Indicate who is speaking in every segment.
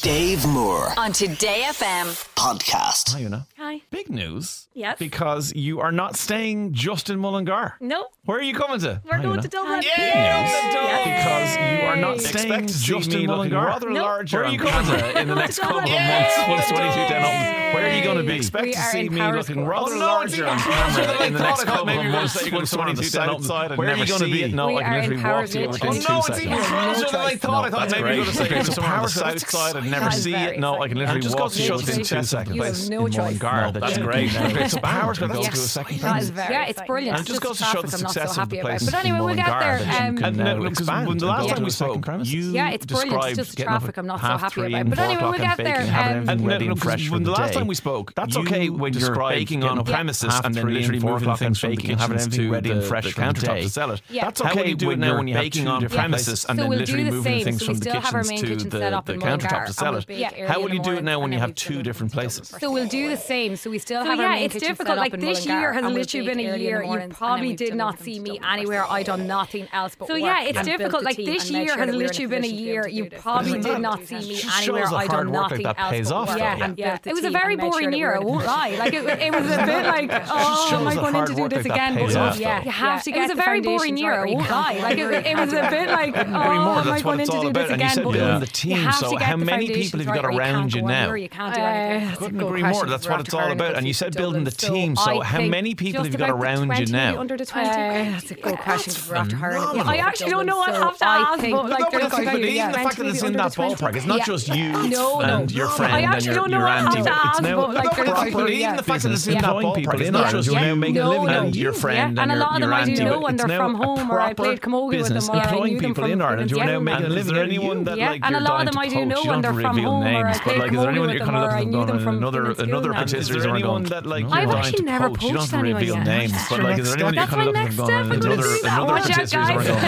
Speaker 1: Dave Moore
Speaker 2: on Today FM.
Speaker 1: podcast.
Speaker 3: Hi, Una.
Speaker 4: Hi.
Speaker 3: Big news.
Speaker 4: Yes.
Speaker 3: Because you are not staying just in Mullingar.
Speaker 4: No,
Speaker 3: Where are you coming to?
Speaker 4: we're
Speaker 3: Hi,
Speaker 4: going
Speaker 3: Una.
Speaker 4: to Dublin.
Speaker 3: Because you are not staying
Speaker 5: Expect to see
Speaker 3: just
Speaker 5: me
Speaker 3: in
Speaker 5: looking
Speaker 3: Mullingar.
Speaker 5: rather
Speaker 4: No.
Speaker 5: larger
Speaker 3: Where are you
Speaker 5: on
Speaker 3: going
Speaker 5: camera
Speaker 3: to?
Speaker 5: in the
Speaker 4: Going
Speaker 5: next
Speaker 4: to
Speaker 5: couple of
Speaker 4: Dublin.
Speaker 5: months
Speaker 4: Yay!
Speaker 5: once 22 down Alton.
Speaker 3: Where are you going to be?
Speaker 5: Expect
Speaker 4: We
Speaker 5: to
Speaker 4: are
Speaker 5: see
Speaker 4: in
Speaker 5: me
Speaker 4: Power
Speaker 5: looking
Speaker 4: School.
Speaker 5: rather
Speaker 3: Oh, no,
Speaker 5: larger on
Speaker 3: it's even closer than
Speaker 5: camera
Speaker 3: I
Speaker 5: in the
Speaker 3: thought.
Speaker 5: next
Speaker 3: I thought
Speaker 5: couple of
Speaker 3: maybe you were
Speaker 5: months
Speaker 3: gonna say you were
Speaker 5: once
Speaker 3: gonna go on the
Speaker 5: 22 down
Speaker 3: south
Speaker 5: Alton.
Speaker 3: side and
Speaker 5: Where are
Speaker 3: never
Speaker 5: you going to
Speaker 3: see.
Speaker 5: be? No,
Speaker 4: We
Speaker 5: I can
Speaker 4: are in
Speaker 5: literally
Speaker 4: Power
Speaker 5: walk to you
Speaker 4: School.
Speaker 5: within
Speaker 3: Oh,
Speaker 5: two
Speaker 3: no, it's
Speaker 5: seconds.
Speaker 3: even closer than I thought. I thought maybe you were going to
Speaker 5: No, that's
Speaker 3: say
Speaker 5: great.
Speaker 3: you were somewhere on the
Speaker 5: That's
Speaker 3: south
Speaker 5: exciting.
Speaker 3: side and never
Speaker 4: That's
Speaker 3: see
Speaker 4: very
Speaker 3: it. No,
Speaker 4: exciting.
Speaker 3: I can
Speaker 5: I'm
Speaker 3: literally
Speaker 5: just
Speaker 3: walk
Speaker 5: going
Speaker 3: to
Speaker 5: to
Speaker 3: you
Speaker 5: show
Speaker 3: within
Speaker 5: in
Speaker 3: two
Speaker 5: two
Speaker 3: seconds.
Speaker 4: You
Speaker 5: seconds.
Speaker 4: have no
Speaker 3: in
Speaker 4: choice.
Speaker 3: Mullingar.
Speaker 5: No,
Speaker 3: that's
Speaker 5: that's
Speaker 3: great.
Speaker 5: great.
Speaker 3: It's a power to go to a
Speaker 4: Yes.
Speaker 3: second
Speaker 4: That is
Speaker 3: place.
Speaker 4: very
Speaker 6: Yeah, it's
Speaker 4: exciting.
Speaker 6: brilliant.
Speaker 3: And it just
Speaker 6: It's
Speaker 3: goes to
Speaker 6: just
Speaker 3: show the
Speaker 6: traffic I'm not
Speaker 3: success
Speaker 6: so
Speaker 3: of the
Speaker 6: happy about.
Speaker 3: place.
Speaker 6: But anyway, we'll get
Speaker 3: Mullingar,
Speaker 6: there.
Speaker 3: that you
Speaker 6: Um,
Speaker 3: can
Speaker 6: And
Speaker 3: now
Speaker 5: no, look, 'cause
Speaker 3: expand
Speaker 5: when the
Speaker 3: and
Speaker 5: last
Speaker 3: go
Speaker 5: time
Speaker 3: to
Speaker 5: we
Speaker 3: a second
Speaker 5: spoke,
Speaker 3: premise.
Speaker 5: you
Speaker 6: Yeah, it's brilliant. It's
Speaker 3: described
Speaker 6: just the
Speaker 3: getting up at
Speaker 6: traffic I'm not so
Speaker 3: half
Speaker 6: happy
Speaker 3: three
Speaker 6: about.
Speaker 3: and
Speaker 6: But
Speaker 3: four
Speaker 6: anyway, we'll
Speaker 3: o'clock and
Speaker 6: get
Speaker 3: baking,
Speaker 6: there.
Speaker 3: having
Speaker 6: Um,
Speaker 3: everything
Speaker 5: And
Speaker 3: ready and
Speaker 5: no, no, 'cause
Speaker 3: fresh for
Speaker 5: when
Speaker 3: the
Speaker 5: the last
Speaker 3: day.
Speaker 5: time we spoke,
Speaker 3: That's
Speaker 5: you
Speaker 3: okay. We
Speaker 5: were
Speaker 3: described
Speaker 5: baking
Speaker 3: getting
Speaker 5: on
Speaker 3: up
Speaker 5: a
Speaker 3: half
Speaker 5: premises
Speaker 3: three
Speaker 5: and then
Speaker 3: and
Speaker 5: literally
Speaker 3: four
Speaker 5: moving
Speaker 3: o'clock
Speaker 5: things
Speaker 3: from
Speaker 5: from
Speaker 3: the
Speaker 5: the kitchens
Speaker 3: having everything
Speaker 5: to
Speaker 3: ready
Speaker 5: the-
Speaker 3: and fresh
Speaker 5: the
Speaker 3: for the
Speaker 5: countertop
Speaker 3: day.
Speaker 5: to sell it.
Speaker 6: Yeah.
Speaker 3: That's
Speaker 5: How
Speaker 3: okay
Speaker 5: will you do
Speaker 3: doing
Speaker 5: it
Speaker 3: now
Speaker 5: now
Speaker 3: when
Speaker 5: when you
Speaker 3: you're
Speaker 5: have
Speaker 3: baking
Speaker 5: two
Speaker 3: on
Speaker 5: different
Speaker 3: premises and
Speaker 6: places?
Speaker 3: then
Speaker 6: So we'll do
Speaker 3: literally
Speaker 6: the
Speaker 3: moving
Speaker 6: same.
Speaker 3: things
Speaker 6: So
Speaker 3: from
Speaker 6: we
Speaker 3: the
Speaker 6: still have our
Speaker 3: kitchens
Speaker 6: main
Speaker 3: to
Speaker 6: kitchen
Speaker 3: the,
Speaker 6: set up
Speaker 3: the
Speaker 6: in
Speaker 3: countertop
Speaker 6: Mullingar
Speaker 3: to
Speaker 6: and
Speaker 3: sell
Speaker 6: we'll
Speaker 3: it.
Speaker 6: be early
Speaker 3: How
Speaker 6: in
Speaker 3: will
Speaker 6: the
Speaker 3: you do it
Speaker 6: morning
Speaker 3: now when
Speaker 6: and
Speaker 3: you have
Speaker 6: then we
Speaker 3: two
Speaker 6: deliver
Speaker 3: different
Speaker 6: to Dublin
Speaker 3: places?
Speaker 6: first.
Speaker 4: So we'll do the same. So we still
Speaker 6: So
Speaker 4: have our
Speaker 6: yeah,
Speaker 4: main
Speaker 6: it's
Speaker 4: kitchen
Speaker 6: difficult.
Speaker 4: set up
Speaker 6: Like
Speaker 4: in
Speaker 6: this
Speaker 4: Mullingar
Speaker 6: year has
Speaker 4: and we'll
Speaker 6: literally
Speaker 4: bake
Speaker 6: been a
Speaker 4: early in the
Speaker 6: year you
Speaker 4: mornings, and then
Speaker 6: probably
Speaker 4: we've
Speaker 6: did
Speaker 4: delivered
Speaker 6: not
Speaker 4: them
Speaker 6: see
Speaker 4: to
Speaker 6: me
Speaker 4: Dublin first.
Speaker 6: anywhere. I done nothing else but
Speaker 4: So
Speaker 6: work
Speaker 4: yeah, it's
Speaker 6: and built
Speaker 4: difficult.
Speaker 6: the
Speaker 4: Like
Speaker 6: team
Speaker 4: this
Speaker 6: and made
Speaker 4: year
Speaker 6: sure
Speaker 4: has
Speaker 6: that we were in a
Speaker 4: literally been a
Speaker 6: position to be able
Speaker 4: year
Speaker 6: to do
Speaker 4: you
Speaker 6: this.
Speaker 4: probably
Speaker 3: Isn't
Speaker 4: did
Speaker 3: that-
Speaker 4: not see me
Speaker 3: Just
Speaker 4: anywhere.
Speaker 3: shows how
Speaker 4: I
Speaker 3: hard
Speaker 4: done
Speaker 3: work like
Speaker 4: nothing
Speaker 3: that
Speaker 4: else
Speaker 3: pays
Speaker 4: but
Speaker 3: off,
Speaker 4: work.
Speaker 3: though. Yeah,
Speaker 4: and
Speaker 6: Yeah.
Speaker 4: built the
Speaker 6: It
Speaker 4: was a
Speaker 6: team
Speaker 4: very
Speaker 6: and made sure
Speaker 4: boring
Speaker 6: that we
Speaker 4: year.
Speaker 6: were
Speaker 4: I
Speaker 6: in a
Speaker 4: won't lie.
Speaker 6: position
Speaker 4: Like it, it was a bit like,
Speaker 3: shows
Speaker 4: oh, am I
Speaker 3: the
Speaker 4: going
Speaker 3: hard
Speaker 4: to do
Speaker 3: work
Speaker 4: this
Speaker 3: that that
Speaker 4: again?
Speaker 3: pays
Speaker 4: But
Speaker 3: off,
Speaker 4: yeah,
Speaker 3: though.
Speaker 4: you have to get. It was a
Speaker 6: the
Speaker 4: very boring
Speaker 6: foundations
Speaker 4: year.
Speaker 6: right
Speaker 4: I
Speaker 6: or you
Speaker 4: won't
Speaker 6: can't
Speaker 4: lie. Like it,
Speaker 6: deliver.
Speaker 4: it was a bit like, oh,
Speaker 3: anymore.
Speaker 4: am I
Speaker 3: That's what
Speaker 4: going
Speaker 3: it's
Speaker 4: to
Speaker 3: all
Speaker 4: do
Speaker 3: about.
Speaker 4: this
Speaker 3: And you
Speaker 4: again?
Speaker 3: said
Speaker 4: But
Speaker 3: you're
Speaker 4: yeah.
Speaker 3: in the
Speaker 4: you
Speaker 3: team.
Speaker 4: have
Speaker 3: So
Speaker 4: to get
Speaker 3: how
Speaker 4: the
Speaker 3: many people
Speaker 4: foundations
Speaker 3: have you
Speaker 4: right
Speaker 3: got
Speaker 4: or
Speaker 3: around
Speaker 4: can't
Speaker 3: you
Speaker 4: go
Speaker 3: now?
Speaker 4: anywhere. You can't do anything. else.
Speaker 3: Couldn't agree more. That's what it's all about. And you said building the team. So
Speaker 4: I
Speaker 3: how
Speaker 4: think
Speaker 3: many people
Speaker 4: just
Speaker 3: have you got
Speaker 4: about the
Speaker 3: around you
Speaker 4: 20
Speaker 3: now?
Speaker 4: under the 20.
Speaker 6: Uh, that's a good question because we're after hiring.
Speaker 3: phenomenal.
Speaker 6: people
Speaker 4: I
Speaker 6: for
Speaker 4: actually don't
Speaker 6: Dublin,
Speaker 4: know. I'll
Speaker 6: so
Speaker 4: have to
Speaker 6: I
Speaker 4: ask,
Speaker 6: think-
Speaker 4: but like
Speaker 3: But
Speaker 4: they're
Speaker 3: that's
Speaker 4: going
Speaker 3: the
Speaker 4: to
Speaker 3: thing,
Speaker 4: be
Speaker 3: even the
Speaker 4: yeah.
Speaker 3: fact that it's in that ballpark, it's
Speaker 4: Yeah.
Speaker 3: not just you
Speaker 4: No, no.
Speaker 3: and your friend
Speaker 4: I
Speaker 3: and
Speaker 4: actually
Speaker 3: your,
Speaker 4: don't know.
Speaker 3: your
Speaker 4: I'll
Speaker 3: auntie.
Speaker 4: have to
Speaker 3: It's
Speaker 4: ask,
Speaker 3: now
Speaker 4: but like
Speaker 3: proper,
Speaker 4: they're going to be
Speaker 3: even
Speaker 4: yeah.
Speaker 3: the fact that it's
Speaker 4: Yeah.
Speaker 3: employing
Speaker 5: Yeah.
Speaker 3: people, it's
Speaker 5: Yeah.
Speaker 3: not just
Speaker 5: Yeah.
Speaker 3: you making a
Speaker 4: No,
Speaker 3: living
Speaker 4: no.
Speaker 3: and your friend
Speaker 4: Yeah.
Speaker 3: and
Speaker 4: And a
Speaker 3: your
Speaker 4: lot of
Speaker 3: your
Speaker 4: them I do
Speaker 3: auntie.
Speaker 4: know
Speaker 3: but
Speaker 4: when
Speaker 3: it's
Speaker 4: they're
Speaker 3: now
Speaker 4: from
Speaker 3: a
Speaker 4: home or I
Speaker 3: proper
Speaker 4: played camogie with them
Speaker 3: business
Speaker 4: or I
Speaker 3: employing
Speaker 4: knew them
Speaker 3: people
Speaker 4: from
Speaker 3: in Ireland.
Speaker 4: Finland's
Speaker 3: You're now
Speaker 4: Yellow.
Speaker 3: making a
Speaker 4: And
Speaker 3: living. Is there
Speaker 4: there's
Speaker 3: anyone that
Speaker 4: yeah,
Speaker 3: like
Speaker 4: and
Speaker 3: you're
Speaker 4: a lot of them
Speaker 3: dying
Speaker 4: I do
Speaker 3: to poach?
Speaker 4: know
Speaker 3: You
Speaker 4: when
Speaker 3: don't have
Speaker 4: they're
Speaker 3: to
Speaker 4: from
Speaker 3: reveal
Speaker 4: home or
Speaker 3: names,
Speaker 4: I
Speaker 3: but
Speaker 4: played
Speaker 3: like, is
Speaker 4: camogie
Speaker 3: there anyone
Speaker 4: with
Speaker 3: you're
Speaker 4: them
Speaker 3: kind
Speaker 4: or
Speaker 3: of
Speaker 4: I
Speaker 3: looking
Speaker 4: knew
Speaker 3: going
Speaker 4: them
Speaker 3: in
Speaker 4: from
Speaker 3: another
Speaker 4: Finland's
Speaker 3: another
Speaker 4: Yellow.
Speaker 6: And
Speaker 3: participant is
Speaker 6: is there
Speaker 3: going
Speaker 6: anyone
Speaker 3: going?
Speaker 6: that, like,
Speaker 3: No,
Speaker 4: I've
Speaker 3: you're
Speaker 4: actually
Speaker 3: dying to
Speaker 4: never
Speaker 3: poach. You don't
Speaker 4: poached
Speaker 3: have to
Speaker 4: anyone
Speaker 3: reveal
Speaker 4: yet.
Speaker 3: names,
Speaker 4: That's
Speaker 3: but
Speaker 4: your
Speaker 3: like, is there
Speaker 4: next
Speaker 3: anyone you're
Speaker 4: step.
Speaker 3: kind of looking
Speaker 4: That's
Speaker 3: for
Speaker 4: my
Speaker 3: going?
Speaker 4: next step. I'm
Speaker 3: Another
Speaker 4: gonna do that.
Speaker 3: another
Speaker 4: Watch out,
Speaker 3: participant
Speaker 4: guys.
Speaker 3: is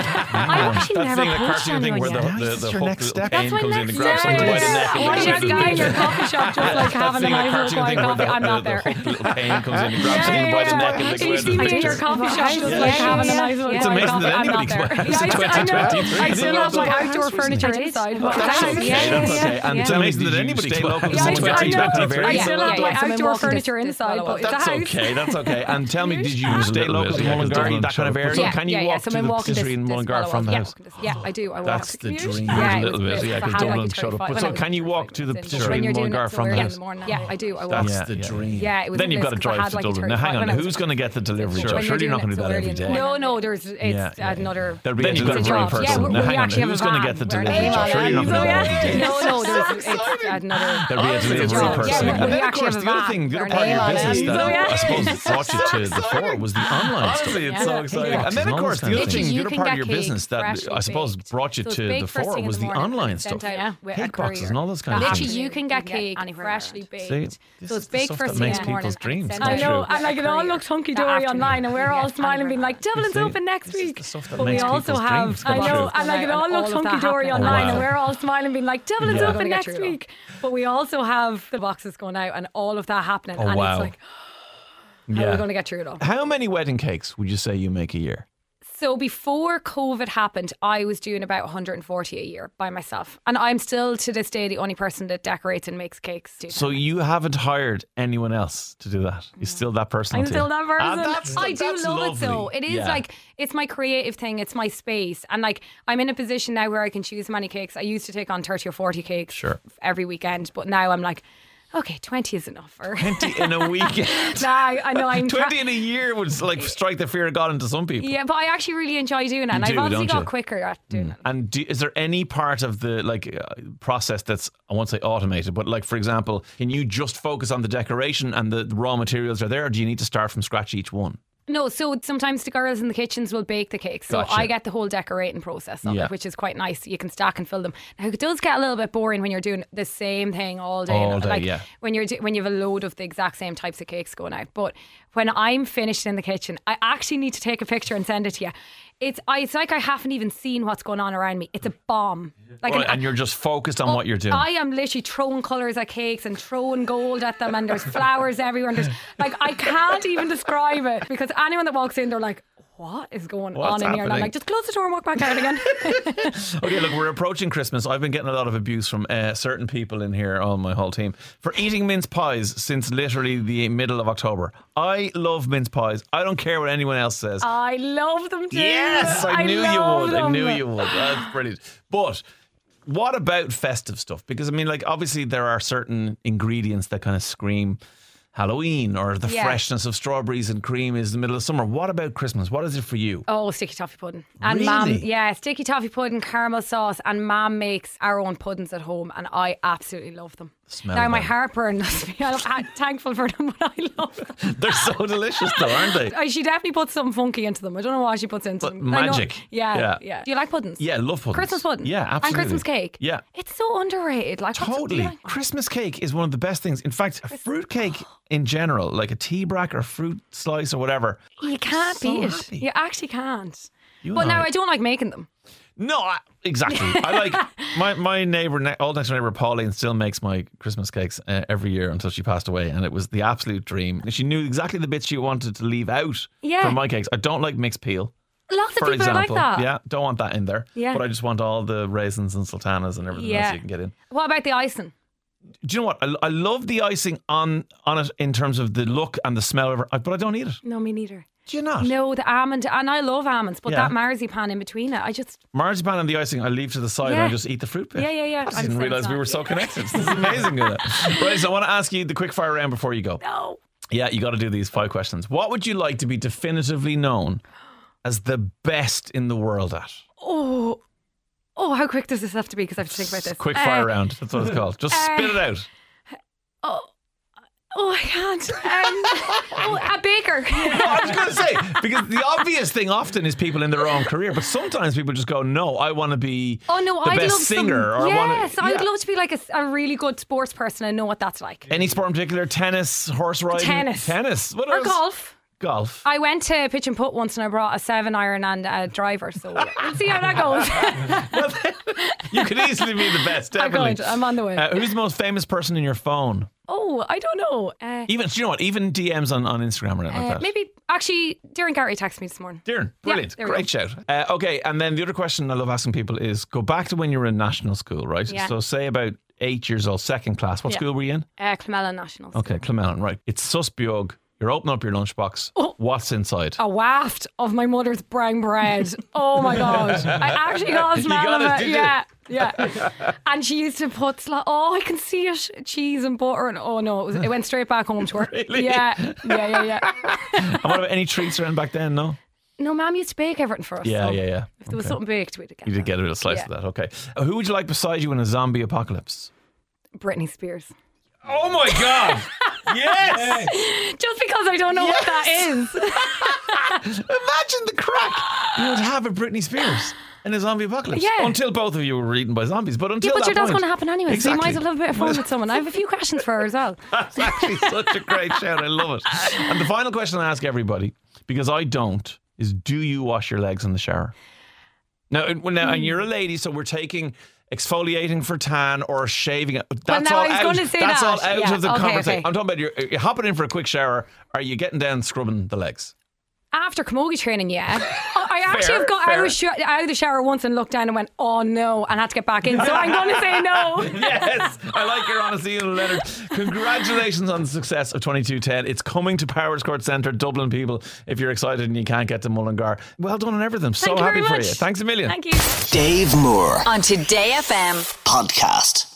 Speaker 3: going.
Speaker 4: I've actually
Speaker 5: That
Speaker 4: never
Speaker 5: thing, that
Speaker 4: poached
Speaker 5: cartoon thing
Speaker 4: anyone
Speaker 5: where the,
Speaker 4: yet.
Speaker 5: the,
Speaker 3: That's
Speaker 5: the
Speaker 3: your
Speaker 5: hook,
Speaker 3: next
Speaker 5: the
Speaker 3: step.
Speaker 5: cane
Speaker 4: That's
Speaker 5: comes
Speaker 4: my
Speaker 5: in and
Speaker 4: next
Speaker 5: grabs
Speaker 4: step.
Speaker 5: something by the
Speaker 4: Yeah.
Speaker 5: neck. and
Speaker 4: Watch
Speaker 5: goes
Speaker 4: out,
Speaker 5: into the-
Speaker 4: guys.
Speaker 5: the-
Speaker 4: Your coffee shop just like
Speaker 5: That
Speaker 4: having a
Speaker 5: thing, that
Speaker 4: nice little guy coffee. I'm
Speaker 5: cartoon thing where the- the-
Speaker 4: not
Speaker 5: the
Speaker 4: there.
Speaker 5: hook, little cane comes in and grabs
Speaker 4: Yeah,
Speaker 5: something by the
Speaker 4: yeah,
Speaker 5: neck. and
Speaker 4: yeah.
Speaker 5: they
Speaker 4: Can
Speaker 5: go
Speaker 4: you
Speaker 5: into
Speaker 4: see
Speaker 5: the
Speaker 4: me in
Speaker 5: picture.
Speaker 4: your coffee shop just
Speaker 6: Yeah,
Speaker 4: like
Speaker 6: yeah,
Speaker 4: having
Speaker 6: yeah.
Speaker 4: a nice little
Speaker 6: It's
Speaker 4: guy
Speaker 3: amazing
Speaker 4: coffee?
Speaker 3: that
Speaker 4: I'm not
Speaker 3: anybody
Speaker 4: there.
Speaker 3: claims
Speaker 4: Yeah,
Speaker 3: the
Speaker 4: I, I know.
Speaker 3: 2023.
Speaker 4: I
Speaker 3: You
Speaker 4: still
Speaker 3: didn't
Speaker 4: have
Speaker 3: know
Speaker 4: my
Speaker 3: that.
Speaker 4: outdoor furniture inside. but-
Speaker 3: That's
Speaker 4: Yeah,
Speaker 3: okay.
Speaker 4: yeah,
Speaker 3: That's
Speaker 4: yeah. Yeah.
Speaker 3: okay. And it's amazing that anybody
Speaker 5: Yeah.
Speaker 3: stay local to
Speaker 4: Yeah, I,
Speaker 3: someone
Speaker 4: I know.
Speaker 3: very
Speaker 4: I still have
Speaker 6: Yeah,
Speaker 4: my
Speaker 6: yeah. Someone
Speaker 4: outdoor
Speaker 6: walking this-
Speaker 4: furniture
Speaker 6: this
Speaker 4: inside,
Speaker 6: follow-up.
Speaker 4: but it's a
Speaker 3: That's
Speaker 4: house.
Speaker 3: okay. That's okay. And tell me, did you
Speaker 4: Yeah.
Speaker 3: stay
Speaker 5: Little
Speaker 3: local
Speaker 5: bit,
Speaker 3: to
Speaker 5: yeah, 'cause
Speaker 3: Mullingar,
Speaker 5: Dublin
Speaker 3: that kind of
Speaker 5: show.
Speaker 3: area?
Speaker 4: Yeah,
Speaker 3: Can you
Speaker 4: yeah, yeah.
Speaker 3: walk
Speaker 4: So
Speaker 3: to
Speaker 4: I'm
Speaker 3: the
Speaker 4: walking
Speaker 3: patisserie
Speaker 4: this-
Speaker 3: in
Speaker 4: this
Speaker 3: Mullingar
Speaker 4: follow-up.
Speaker 3: from the
Speaker 4: Yeah,
Speaker 3: house?
Speaker 4: walking this- Yeah, I do. I walk.
Speaker 5: That's the
Speaker 4: Commute.
Speaker 5: dream.
Speaker 4: Yeah,
Speaker 3: A
Speaker 4: it
Speaker 3: little
Speaker 4: was
Speaker 3: bit,
Speaker 4: great.
Speaker 3: yeah,
Speaker 4: It's
Speaker 3: 'cause
Speaker 4: a highlight
Speaker 3: Dublin
Speaker 4: of
Speaker 3: shut up.
Speaker 4: 25.
Speaker 3: So
Speaker 4: When I
Speaker 3: can
Speaker 4: was
Speaker 3: you walk to the
Speaker 4: since
Speaker 3: patisserie
Speaker 4: when
Speaker 3: in
Speaker 4: you're doing
Speaker 3: Mullingar
Speaker 4: it so
Speaker 3: from the
Speaker 4: early in
Speaker 3: house?
Speaker 4: the morning. Yeah, I do. I walk.
Speaker 3: That's the dream.
Speaker 4: Yeah, it was.
Speaker 3: Then you've got to drive to
Speaker 4: like
Speaker 3: Dublin. Now, hang on, who's going to get the delivery? Sure, surely you're not going to do that every day.
Speaker 4: No, no. There's it's
Speaker 3: Yeah, yeah.
Speaker 4: another.
Speaker 3: There'll be a
Speaker 4: it's
Speaker 3: delivery
Speaker 4: job.
Speaker 3: person.
Speaker 4: Yeah, we,
Speaker 3: now,
Speaker 4: we
Speaker 3: hang on,
Speaker 4: actually have
Speaker 3: who's
Speaker 4: a
Speaker 3: going
Speaker 4: van.
Speaker 3: to get the
Speaker 4: We're an
Speaker 3: delivery?
Speaker 4: van.
Speaker 3: job? Surely you're not going to do that every day.
Speaker 4: No, no. There's it's another.
Speaker 3: There'll be a
Speaker 4: a
Speaker 3: delivery
Speaker 4: job.
Speaker 3: person.
Speaker 4: Yeah, we-
Speaker 3: and
Speaker 4: we
Speaker 3: then, of
Speaker 4: actually
Speaker 3: course,
Speaker 4: have
Speaker 3: the
Speaker 4: a
Speaker 3: other
Speaker 4: van.
Speaker 3: thing, the
Speaker 4: We're
Speaker 3: other
Speaker 4: an
Speaker 3: part of your
Speaker 4: ALM.
Speaker 3: business that
Speaker 4: So, yeah.
Speaker 3: I suppose brought you to the fore was the online stuff.
Speaker 5: Honestly, it's
Speaker 4: Yeah.
Speaker 5: so exciting.
Speaker 3: And then, of course, the other
Speaker 4: Literally,
Speaker 3: thing, the
Speaker 4: you
Speaker 3: other
Speaker 4: can
Speaker 3: part of
Speaker 4: get
Speaker 3: your
Speaker 4: cake
Speaker 3: business that
Speaker 4: freshly
Speaker 3: I suppose
Speaker 4: baked.
Speaker 3: brought you
Speaker 4: So it's
Speaker 3: to the
Speaker 4: baked first
Speaker 3: fore
Speaker 4: thing in
Speaker 3: was
Speaker 4: the
Speaker 3: the
Speaker 4: morning and
Speaker 3: online
Speaker 4: it's sent
Speaker 3: stuff.
Speaker 4: out with a
Speaker 3: Cake boxes
Speaker 4: courier.
Speaker 3: and all those kinds of
Speaker 4: Literally,
Speaker 3: things.
Speaker 4: you can get
Speaker 6: You can get
Speaker 4: cake
Speaker 6: anywhere
Speaker 4: freshly
Speaker 6: around.
Speaker 3: See,
Speaker 4: baked.
Speaker 3: this
Speaker 4: So
Speaker 3: is
Speaker 4: it's
Speaker 3: the
Speaker 4: baked
Speaker 3: stuff
Speaker 4: first
Speaker 3: that
Speaker 4: thing in
Speaker 3: makes
Speaker 4: the morning.
Speaker 3: people's dreams
Speaker 4: and it's
Speaker 3: come
Speaker 4: sent
Speaker 3: true.
Speaker 4: out
Speaker 3: I know,
Speaker 4: with
Speaker 3: and,
Speaker 4: a
Speaker 6: like, it all
Speaker 4: courier
Speaker 6: looks
Speaker 4: that
Speaker 6: hunky-dory
Speaker 4: afternoon.
Speaker 6: online, and we're all
Speaker 4: Yeah,
Speaker 6: smiling, being like,
Speaker 4: anywhere
Speaker 6: Dublin's
Speaker 4: around.
Speaker 6: open next
Speaker 3: This is
Speaker 6: week.
Speaker 3: the stuff that
Speaker 6: But we
Speaker 3: makes
Speaker 6: also
Speaker 3: people's dreams
Speaker 6: have,
Speaker 3: come
Speaker 6: I
Speaker 3: true.
Speaker 6: know, and like it
Speaker 4: And
Speaker 6: all
Speaker 4: all
Speaker 6: looks
Speaker 4: of that
Speaker 6: hunky dory
Speaker 4: happened.
Speaker 6: online,
Speaker 3: Wow.
Speaker 6: and we're all smiling, being like, Dublin's
Speaker 3: Yeah.
Speaker 4: Gonna
Speaker 6: open
Speaker 4: get
Speaker 6: next
Speaker 4: through it
Speaker 6: week. But we also have the boxes going out and all of that happening,
Speaker 3: Oh,
Speaker 6: and
Speaker 3: wow.
Speaker 6: it's like,
Speaker 4: How are we
Speaker 3: Yeah.
Speaker 4: going to get through it all?
Speaker 3: How many wedding cakes would you say you make a year?
Speaker 4: So before COVID happened, I was doing about 140 a year by myself, and I'm still to this day the only person that decorates and makes cakes. Do
Speaker 3: So you haven't hired anyone else to do that. You're still that person.
Speaker 4: I'm
Speaker 3: aren't you?
Speaker 4: still that
Speaker 3: Ah,
Speaker 4: person.
Speaker 3: that's-
Speaker 4: I do
Speaker 3: that's
Speaker 4: love it though.
Speaker 3: lovely.
Speaker 4: It is
Speaker 3: Yeah.
Speaker 4: like it's my creative thing. It's my space, and like I'm in a position now where I can choose many cakes. I used to take on 30 or 40 cakes
Speaker 3: Sure.
Speaker 4: every weekend, but now I'm like, okay, 20 is enough. Or
Speaker 3: in a weekend.
Speaker 4: nah, I I know I'm tra-
Speaker 3: Twenty in a year would like strike the fear of God into some people.
Speaker 4: Yeah, but I actually really enjoy doing it, and
Speaker 3: do,
Speaker 4: I've obviously
Speaker 3: don't you? Mm.
Speaker 4: got quicker at doing it.
Speaker 3: And do, is there any part of the like uh, process that's I won't say automated, but like for example, can you just focus on the decoration and the raw materials are there, or do you need to start from scratch each one?
Speaker 4: No, so sometimes the girls in the kitchens will bake the cakes. So
Speaker 3: Gotcha.
Speaker 4: I get the whole decorating process of
Speaker 3: Yeah.
Speaker 4: it, which is quite nice. You can stack and fill them. Now it does get a little bit boring when you're doing the same thing all day.
Speaker 3: All day,
Speaker 4: like
Speaker 3: yeah.
Speaker 4: when you're do- when you have a load of the exact same types of cakes going out. But when I'm finished in the kitchen, I actually need to take a picture and send it to you. It's I, it's like I haven't even seen what's going on around me. It's a bomb. Like
Speaker 3: Or-
Speaker 4: an,
Speaker 3: and you're just focused on what you're doing.
Speaker 4: I am literally throwing colours at cakes and throwing gold at them, and there's flowers everywhere. And there's like I can't even describe it because anyone that walks in, they're like, what is going
Speaker 3: What's
Speaker 4: on in here? And I'm
Speaker 3: happening?
Speaker 4: like, just close the door and walk back out again.
Speaker 3: Okay, look, we're approaching Christmas. I've been getting a lot of abuse from uh, certain people in here on my whole team for eating mince pies since literally the middle of October. I love mince pies. I don't care what anyone else says.
Speaker 4: I love them too.
Speaker 3: Yes, I, knew you
Speaker 4: love
Speaker 3: would. I
Speaker 4: them.
Speaker 3: knew you would. That's brilliant. But what about festive stuff? Because I mean, like obviously there are certain ingredients that kind of scream Halloween or the
Speaker 4: Yeah.
Speaker 3: freshness of strawberries and cream is the middle of summer. What about Christmas? What is it for you?
Speaker 4: Oh, sticky toffee pudding. And mum,
Speaker 3: Really?
Speaker 4: yeah, sticky toffee pudding, caramel sauce, and mum makes our own puddings at home, and I absolutely love them.
Speaker 3: Smell
Speaker 4: now, my
Speaker 3: them.
Speaker 4: heartburn, must be- I'm thankful for them, but I love them.
Speaker 3: They're so delicious, though, aren't they?
Speaker 4: Uh, She definitely puts something funky into them. I don't know why she puts into
Speaker 3: But
Speaker 4: them. I know-
Speaker 3: magic.
Speaker 4: Yeah,
Speaker 3: Yeah.
Speaker 4: yeah. Do you like puddings?
Speaker 3: Yeah, love pudding.
Speaker 4: Christmas pudding.
Speaker 3: Yeah, absolutely.
Speaker 4: And Christmas cake.
Speaker 3: Yeah.
Speaker 4: It's so underrated. Like what's-
Speaker 3: Totally.
Speaker 4: like-
Speaker 3: Christmas cake is one of the best things. In fact, a fruit cake in general, like a tea brack or fruit slice or whatever.
Speaker 4: Ah, You can't
Speaker 3: so
Speaker 4: beat
Speaker 3: happy.
Speaker 4: it. You actually can't.
Speaker 3: You
Speaker 4: but
Speaker 3: and
Speaker 4: now
Speaker 3: I-
Speaker 4: I don't like making them.
Speaker 3: No, I, exactly. I like my my neighbor, ne- old next door neighbor Pauline, still makes my Christmas cakes uh, every year until she passed away, and it was the absolute dream. And she knew exactly the bits she wanted to leave out
Speaker 4: Yeah.
Speaker 3: for my cakes. I don't like mixed peel,
Speaker 4: Lots of
Speaker 3: for
Speaker 4: people are
Speaker 3: example.
Speaker 4: like that.
Speaker 3: Yeah, don't want that in there.
Speaker 4: Yeah.
Speaker 3: but I just want all the raisins and sultanas and everything else
Speaker 4: Yeah.
Speaker 3: you can get in.
Speaker 4: What about the icing?
Speaker 3: Do you know what? I, I love the icing on on it in terms of the look and the smell of it, but I don't eat it.
Speaker 4: No, me neither.
Speaker 3: Do you not?
Speaker 4: No, the almond, and I love almonds, but
Speaker 3: Yeah.
Speaker 4: that marzipan in between it, I just,
Speaker 3: Marzipan and the icing, I leave to the side and I
Speaker 4: Yeah.
Speaker 3: just eat the fruit bit.
Speaker 4: Yeah, yeah, yeah.
Speaker 3: I just
Speaker 4: I'm
Speaker 3: didn't
Speaker 4: so
Speaker 3: realize we
Speaker 4: sorry.
Speaker 3: were so connected. This is amazing. isn't it? Right, so I want to ask you the quick fire round before you go.
Speaker 4: oh,
Speaker 3: Yeah, you got to do these five questions. What would you like to be definitively known as the best in the world at?
Speaker 4: oh, oh, how quick does this have to be? Because I have to think about this.
Speaker 3: Quick fire
Speaker 4: Uh,
Speaker 3: round. That's what it's called. Just spit it out.
Speaker 4: Oh, oh, I can't. Um, oh, a baker.
Speaker 3: I was going to say because the obvious thing often is people in their own career, but sometimes people just go, "No, I want to be
Speaker 4: Oh no,
Speaker 3: the
Speaker 4: I'd
Speaker 3: best
Speaker 4: love
Speaker 3: singer."
Speaker 4: Some,
Speaker 3: or I wanna-
Speaker 4: yes, I would
Speaker 3: Yeah.
Speaker 4: love to be like a, s- a really good sports person and know what that's like.
Speaker 3: Any sport in particular? Tennis, horse riding,
Speaker 4: Tennis.
Speaker 3: tennis. What
Speaker 4: Or
Speaker 3: else?
Speaker 4: golf.
Speaker 3: Golf.
Speaker 4: I went to pitch and putt once and I brought a seven iron and a driver. So we'll see how that goes.
Speaker 3: You could easily be the best.
Speaker 4: I'm
Speaker 3: Definitely.
Speaker 4: good. I'm on the way.
Speaker 3: Uh, who's the most famous person in your phone?
Speaker 4: oh, I don't know. Uh,
Speaker 3: Even do you know what? Even DMs on, on Instagram or anything
Speaker 4: uh,
Speaker 3: like that.
Speaker 4: maybe actually, Darren Gary texted me this morning.
Speaker 3: Darren, brilliant,
Speaker 4: there we
Speaker 3: great shout. Uh, okay, and then the other question I love asking people is: go back to when you were in national school, right?
Speaker 4: Yeah.
Speaker 3: So say about eight years old, second class. What
Speaker 4: Yeah.
Speaker 3: school were you in?
Speaker 4: Uh, Clamella Nationals.
Speaker 3: Okay, Clemmellon, right? It's Susbiog. You're opening up your lunchbox.
Speaker 4: Oh.
Speaker 3: What's inside?
Speaker 4: A waft of my mother's brown bread. Oh my god! I actually got a
Speaker 3: You
Speaker 4: smell
Speaker 3: got
Speaker 4: of
Speaker 3: it,
Speaker 4: it.
Speaker 3: did you?
Speaker 4: yeah, yeah. And she used to put sli- oh, I can see it, cheese and butter, and oh no, it, was, it went straight back home to her.
Speaker 3: Really?
Speaker 4: Yeah, yeah, yeah, yeah.
Speaker 3: and what about any treats around back then? No.
Speaker 4: No, mum used to bake everything for us.
Speaker 3: Yeah,
Speaker 4: so
Speaker 3: yeah, yeah.
Speaker 4: If there was
Speaker 3: Okay.
Speaker 4: something baked, we'd get.
Speaker 3: You did
Speaker 4: that.
Speaker 3: get a little slice
Speaker 4: Yeah.
Speaker 3: of that. Okay. Uh, who would you like beside you in a zombie apocalypse?
Speaker 4: Britney Spears.
Speaker 3: Oh my god! yes.
Speaker 4: Just because I don't know what that is.
Speaker 3: Imagine the crack you would have at Britney Spears in a zombie apocalypse.
Speaker 4: Yeah.
Speaker 3: Until both of you were eaten by zombies. But until
Speaker 4: Yeah, but
Speaker 3: that
Speaker 4: sure, that's
Speaker 3: point-
Speaker 4: going to happen anyway. So you
Speaker 3: Exactly.
Speaker 4: might as well have a bit of fun with someone. I have a few questions for her as well.
Speaker 3: That's actually such a great shout. I love it. And the final question I ask everybody, because I don't, is do you wash your legs in the shower? Now, and- well, now and you're a lady, so we're taking exfoliating for tan or shaving. it. That's
Speaker 4: now
Speaker 3: all
Speaker 4: I was
Speaker 3: out.
Speaker 4: gonna say
Speaker 3: That's
Speaker 4: that.
Speaker 3: all out
Speaker 4: Yeah,
Speaker 3: of the
Speaker 4: okay,
Speaker 3: conversation.
Speaker 4: okay.
Speaker 3: I'm talking about you're, you're hopping in for a quick shower. Are you getting down scrubbing the legs?
Speaker 4: after camogie training, yeah. I I actually have got
Speaker 3: fair.
Speaker 4: out of, sh- out of the shower once and looked down and went, oh no, and had to get back in. So I'm going to say no.
Speaker 3: yes, I like your honesty, Ian Leonard. Congratulations on the success of 2210. It's coming to Powers Court Centre, Dublin, people. If you're excited and you can't get to Mullingar, well done on everything. so
Speaker 4: Thank you
Speaker 3: happy
Speaker 4: very
Speaker 3: for
Speaker 4: much.
Speaker 3: you. Thanks a million.
Speaker 4: Thank you.
Speaker 5: Dave Moore
Speaker 1: on Today FM.
Speaker 5: podcast.